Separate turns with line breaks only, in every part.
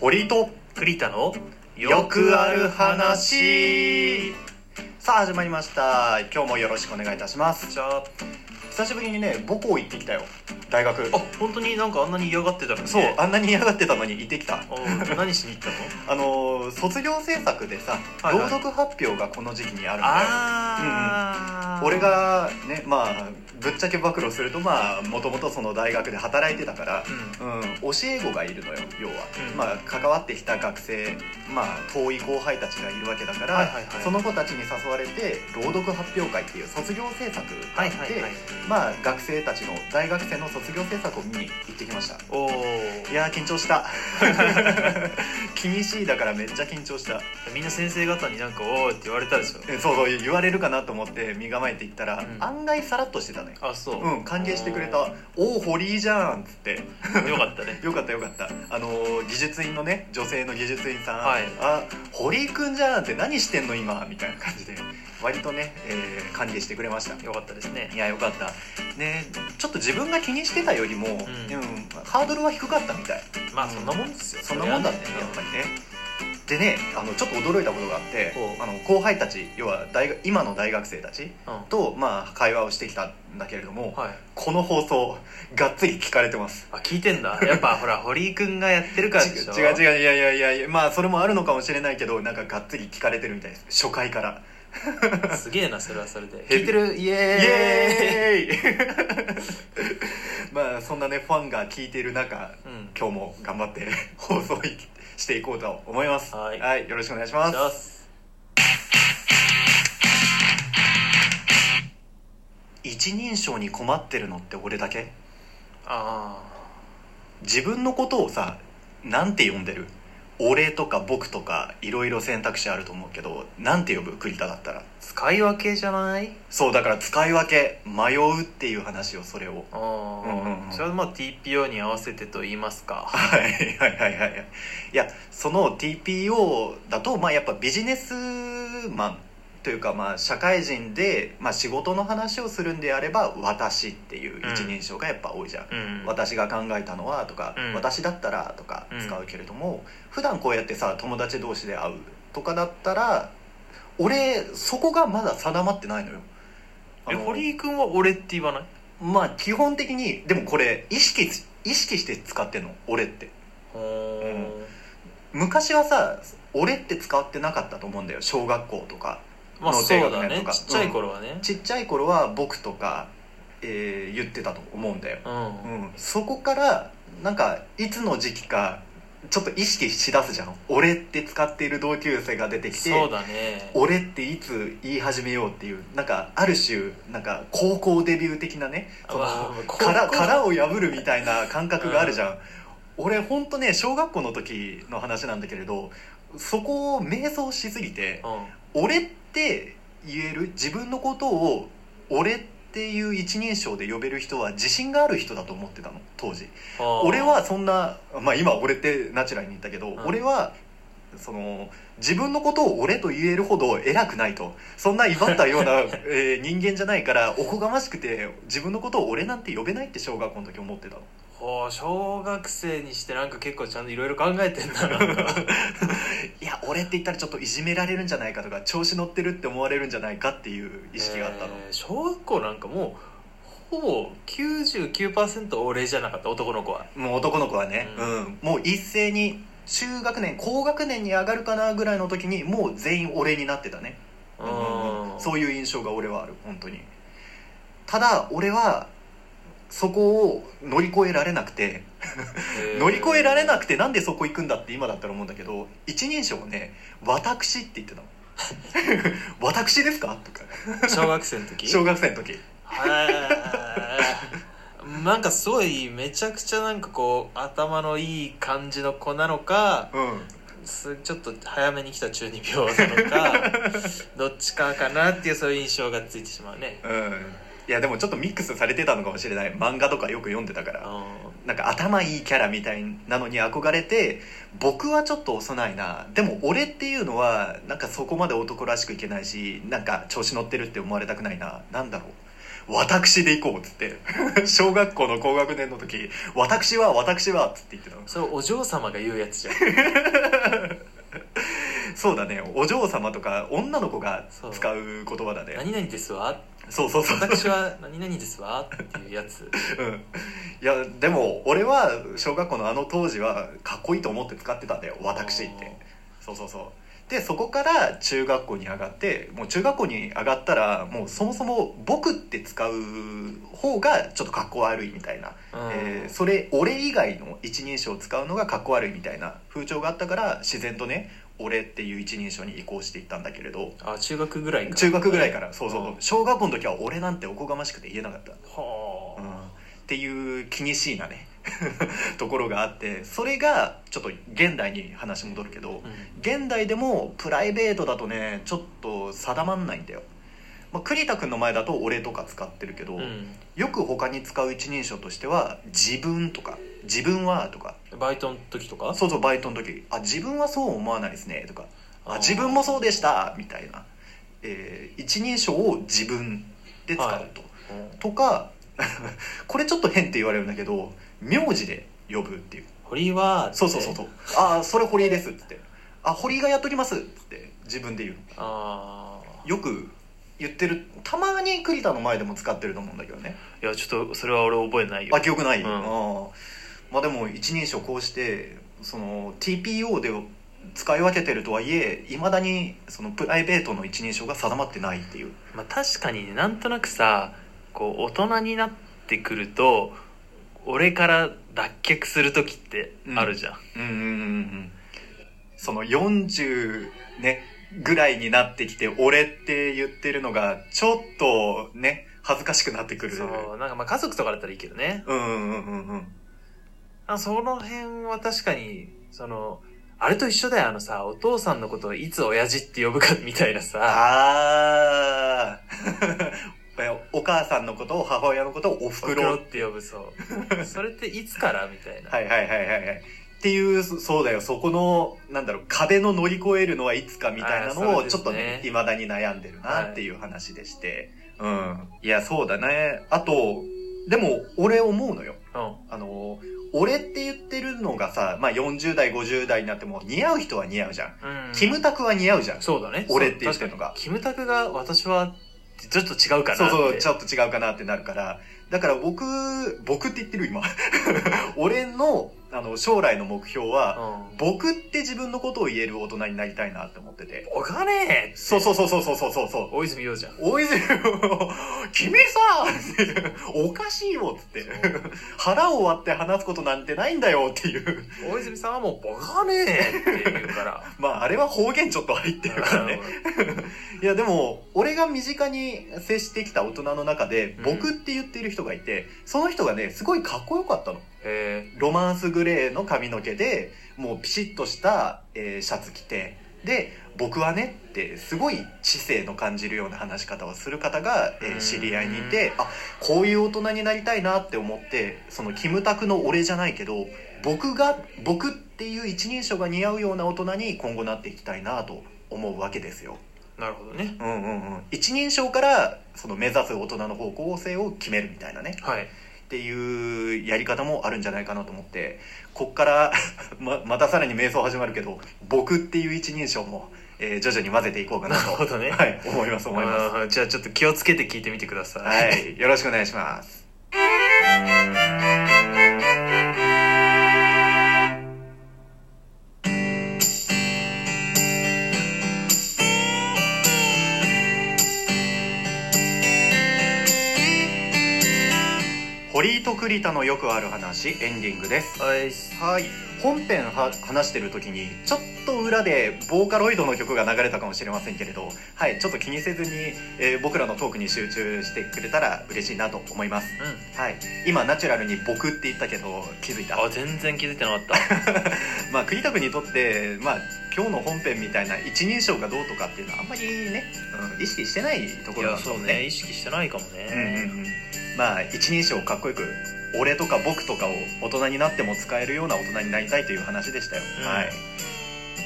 堀と
栗田の
よくある話さあ始まりました今日もよろしくお願いいたします
じゃあ
久しぶりにね母校行ってきたよ大学
あ本当になんかあんなに嫌がってたのに、ね、
そうあんなに嫌がってたのに行ってきた
おう何しに行ったの
あのー卒業制作でさ、
はいは
朗
い
読発表がこの時期にあるんだよ
あー、
俺がねまあぶっちゃけ暴露するとまあもともとその大学で働いてたから、
う
うん、教え子がいるのよ要は、
うん
まあ関わってきた学生まあ遠い後輩たちがいるわけだから、
はいはいはい
その子たちに誘われて朗読発表会っていう卒業制作で、
はいはいはい
まあ学生たちの大学生の卒業制作を見に行ってきました
おお
いやー緊張した 厳しいだからめっちゃ緊張した
みんな先生方になんか「おーい」って言われたでしょ
えそうそう言われるかなと思って身構えて行ったら、
うん
案外さらっとしてたね
あそう
うん歓迎してくれた「おお堀井じゃん」っつって
よかったね
よかったよかったあのー技術員のね女性の技術員さん「
はい
あ堀井くんじゃん」って何してんの今みたいな感じで割とね、えー歓迎してくれました
よかったですね
いやよかったねちょっと自分が気にしてたよりも、うん
ん
ハードルは低かったみたい
まあそんなもんですよ
そんなもんだねやっぱりねでねあのちょっと驚いたことがあって
ほう
あの後輩たち要は大学今の大学生たち
うんは
と、まあ、会話をしてきたんだけれども、
い
この放送がっつり聞かれてます
あ聞いて んだやっぱほら堀井君がやってるからでしょ
ち違う違ういやいやいやいやまあそれもあるのかもしれないけどなんかがっつり聞かれてるみたいです初回から
すげえなそれはそれで
ヘビ
聞いてるイ
イ
エーイ
エーイ まあそんなねファンが聞いている中
うん
今日も頑張って 放送いしていこうと思います
はい
よろしくお願いします
よし
一人称に困ってるのって俺だけ
あ
自分のことをさなんて呼んでる俺とか僕とかいろいろ選択肢あると思うけどなんて呼ぶ栗田だったら
ー使い分けじゃない
そうだから使い分け迷うっていう話をそれをう
あ
んうんうん
あそれはまあ TPO に合わせてと言いますか
はいはいはいはいはいいやその TPO だとまあやっぱビジネスマンというかまあ社会人で、まあ、仕事の話をするんであれば「私」っていう一人称がやっぱ多いじゃん、
うん
私が考えたのはとか、
うん
私だったらとか使うけれども、普段こうやってさ友達同士で会うとかだったら俺そこがまだ定まってないのよ
え
あの
堀井君は俺って言わない
まあ基本的にでもこれ意識し意識して使ってんの俺って
うん
昔はさ俺って使ってなかったと思うんだよ小学校とか
まあ
の
そ
低
う
学
だ
年
ね
とか
ちっちゃい頃はね
ちっちゃい頃は僕とか、えー言ってたと思うんだよ、
うん
うん、そこからなんかいつの時期かちょっと意識しだすじゃん俺って使っている同級生が出てきて
そうだね
俺っていつ言い始めようっていうなんかある種なんか高校デビュー的なねその
あまあ
殻
高校
殻を破るみたいな感覚があるじゃん、俺ほんとね小学校の時の話なんだけれどそこを迷走しすぎて
う
「
ん
俺」って言える自分のことを「俺」っていう一人称で呼べる人は自信がある人だと思ってたの当時
あー
俺はそんなまあ今俺ってナチュラルに言ったけど、
ん
俺はその自分のことを俺と言えるほど偉くないとそんな威張ったような、えー人間じゃないからおこがましくて自分のことを俺なんて呼べないって小学校の時思ってたの
ほう小学生にしてなんか結構ちゃんといろいろ考えてんだな んか
いや俺って言ったらちょっといじめられるんじゃないかとか調子乗ってるって思われるんじゃないかっていう意識があったの、
えー小学校なんかもうほぼ99%俺じゃなかった男の子は
もう男の子はね、う
うん
んもう一斉に中学年高学年に上がるかなぐらいの時にもう全員俺になってたね
うん
そういう印象が俺はある本当にただ俺はそこを乗り越えられなくて
えー
乗り越えられなくてなんでそこ行くんだって今だったら思うんだけど一人称をね「私」って言ってたの 「私ですか?」とか
小学生の 時
小学生の時
はいなんかすごいめちゃくちゃなんかこう頭のいい感じの子なのか
うん
すちょっと早めに来た中二病な のかどっちかかなっていうそういう印象がついてしまうね
うんいやでもちょっとミックスされてたのかもしれない漫画とかよく読んでたから
う
なんか頭いいキャラみたいなのに憧れて僕はちょっと幼いなでも俺っていうのはなんかそこまで男らしくいけないしなんか調子乗ってるって思われたくないななんだろう私で行こう」っつって 小学校の高学年の時「私は私は」っつって言ってたの
それお嬢様が言うやつじゃん
そうだねお嬢様とか女の子が使う言葉だね
何々ですわ
そうそうそう
私は何々ですわっていうやつ
うんいやでも俺は小学校のあの当時はかっこいいと思って使ってたんだよ「私」ってそうそうそうでそこから中学校に上がってもう中学校に上がったらもうそもそも「僕」って使う方がちょっとかっこ悪いみたいな、
うん
えーそれ「俺」以外の一人称を使うのがかっこ悪いみたいな風潮があったから自然とね「俺」っていう一人称に移行していったんだけれど
あ中学ぐらいか
中学ぐらいからそうそうそううん小学校の時は「俺」なんておこがましくて言えなかった
はあ、
っていう気にしいなね ところがあってそれがちょっと現代に話戻るけど
うん
現代でもプライベートだとねちょっと定まんないんだよ、まあ、栗田君の前だと「俺」とか使ってるけど、よく他に使う一人称としては「自分」とか「自分は」とか
うん、バイトの時とか
そうそうバイトの時「あ自分はそう思わないですね」とか「
あ
あ
ー
自分もそうでした」みたいな、えー一人称を自分で使うと。
はいうん
とか これちょっと変って言われるんだけど名字で呼ぶっていう
堀は
そうそうそうそうああそれ堀井ですっつってあ堀井がやっときますっつって自分で言う
ああ
よく言ってるたまに栗田の前でも使ってると思うんだけどね
いやちょっとそれは俺覚えないよ
あ記憶ない、
うん
あーまあでも一人称こうしてその TPO で使い分けてるとはいえいまだにそのプライベートの一人称が定まってないっていう
まあ、確かにねなんとなくさこう大人になってくると俺から脱却する時ってあるじゃん、
うんうんうんうんその40ねぐらいになってきて「俺」って言ってるのがちょっとね恥ずかしくなってくる
そうなんかまあ家族とかだったらいいけどね
うんうんうんうん
あその辺は確かにそのあれと一緒だよあのさお父さんのことをいつ親父って呼ぶかみたいなさ
ああ お母さんのことを母親のことをおふ
おふ
く
く
ろ
ろ
っ
って呼ぶそう それっていつからみたいな、
はいはいはいはいはいっていうそそうだよそこのなんだろう壁の乗り越えるのはいつかみたいなの
あーそう
を
で
ち
す
ょ
ね
っとねいまだに悩んでるなっていう話でして、うんいやそうだねあとでも俺思うのよ
うん
あの俺って言ってるのがさ、まあ、40代50代になっても似合う人は似合うじゃん、
うん、
キムタクは似合うじゃん
そうだね
俺って言ってるのが
キムタクが私はちょっと違うかなって
そうそうちょっと違うかなってなるからだから僕僕って言ってる今 俺のあの将来の目標は、
うん
僕って自分のことを言える大人になりたいなって思ってて。
お金
そうそうそうそうそうそうそうそう。
大泉洋じゃん
大泉洋、君さ、おかしいよっつって。腹を割って話すことなんてないんだよっていう。
大泉さんはもうバカねえって言う から。
まあ、あれは方言ちょっと入ってる からね。いや、でも、俺が身近に接してきた大人の中で
うん、
僕って言ってる人がいて、その人がね、すごいかっこよかったの。
え
ロマンスグレーの髪の毛でもうピシッとした、えーシャツ着てで僕はねってすごい知性の感じるような話し方をする方が、えー
うん
知り合いにいてあこういう大人になりたいなって思ってそのキムタクの俺じゃないけど僕が僕っていう一人称が似合うような大人に今後なっていきたいなと思うわけですよ。
ー、なるほどね。
うんうんうん、一人称からその目指す大人の方向性を決めるみたいなね。
はい。
っていうやり方もあるんじゃないかなと思ってこっから ままたさらに瞑想始まるけど僕っていう一人称も、えー徐々に混ぜていこうかな
なる
と
ほどね。
はい、思います思います
あーじゃあちょっと気をつけて聞いてみてください。
は。いよろしくお願いします堀井と栗田のよくある話エンディングです
はい。
はい本編は話してる時にちょっと裏でボーカロイドの曲が流れたかもしれませんけれどはいちょっと気にせずに、えー僕らのトークに集中してくれたら嬉しいなと思います
うん。
はい今ナチュラルに「僕」って言ったけど気づいた
あ、全然気づいてなかった。
まあ栗田君にとってまあ今日の本編みたいな一人称がどうとかっていうのはあんまりね、うん、意識してないとこ
い
ろ
や、
なんだ
そ
ろ
う
う
ね。
ね
意識してないかも
うん
ね。
うんうんまあ一人称かっこよく俺とか僕とかを大人になっても使えるような大人になりたいという話でしたよ、
うん
はい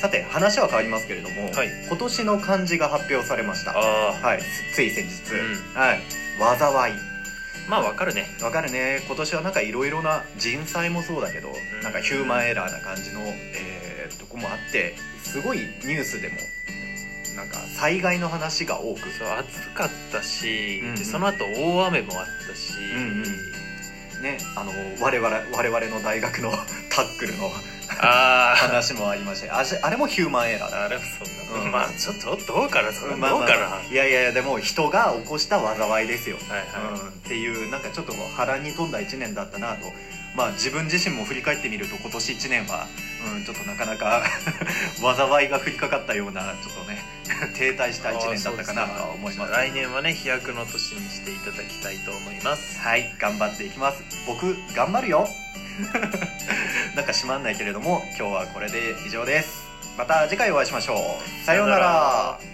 さて話は変わりますけれども、
はい
今年の漢字が発表されました
ああ。
はいつつい先日、
うん
はい災い
まあわかるね
わかるね今年はなんかいろいろな人災もそうだけど、
ん
なんかヒューマンエラーな感じの、えーとこもあってすごいニュースでもなんか災害の話が多く
そう暑かったし、
うんうん
でその後大雨もあったし、
うんうんねあの我々我々の大学の タックルの
ああ
話もありましたあしあれもヒューマンエラーだ
あれそん な、
うん
まあちょっとどうかなそれは
まあ
どう
まあ
かな、
いやいやいやでも人が起こした災いですよ、
はいはい、
うん、っていうなんかちょっとこう波乱に富んだ1年だったなとまあ自分自身も振り返ってみると今年1年は、うん、ちょっとなかなか 災いが降りかかったようなちょっとね 停滞した1年だったかなとは思います
来年はね飛躍の年にしていただきたいと思います
はい頑張っていきます僕頑張るよ なんか閉まんないけれども今日はこれで以上ですまた次回お会いしましょうさような
さような
ら
ら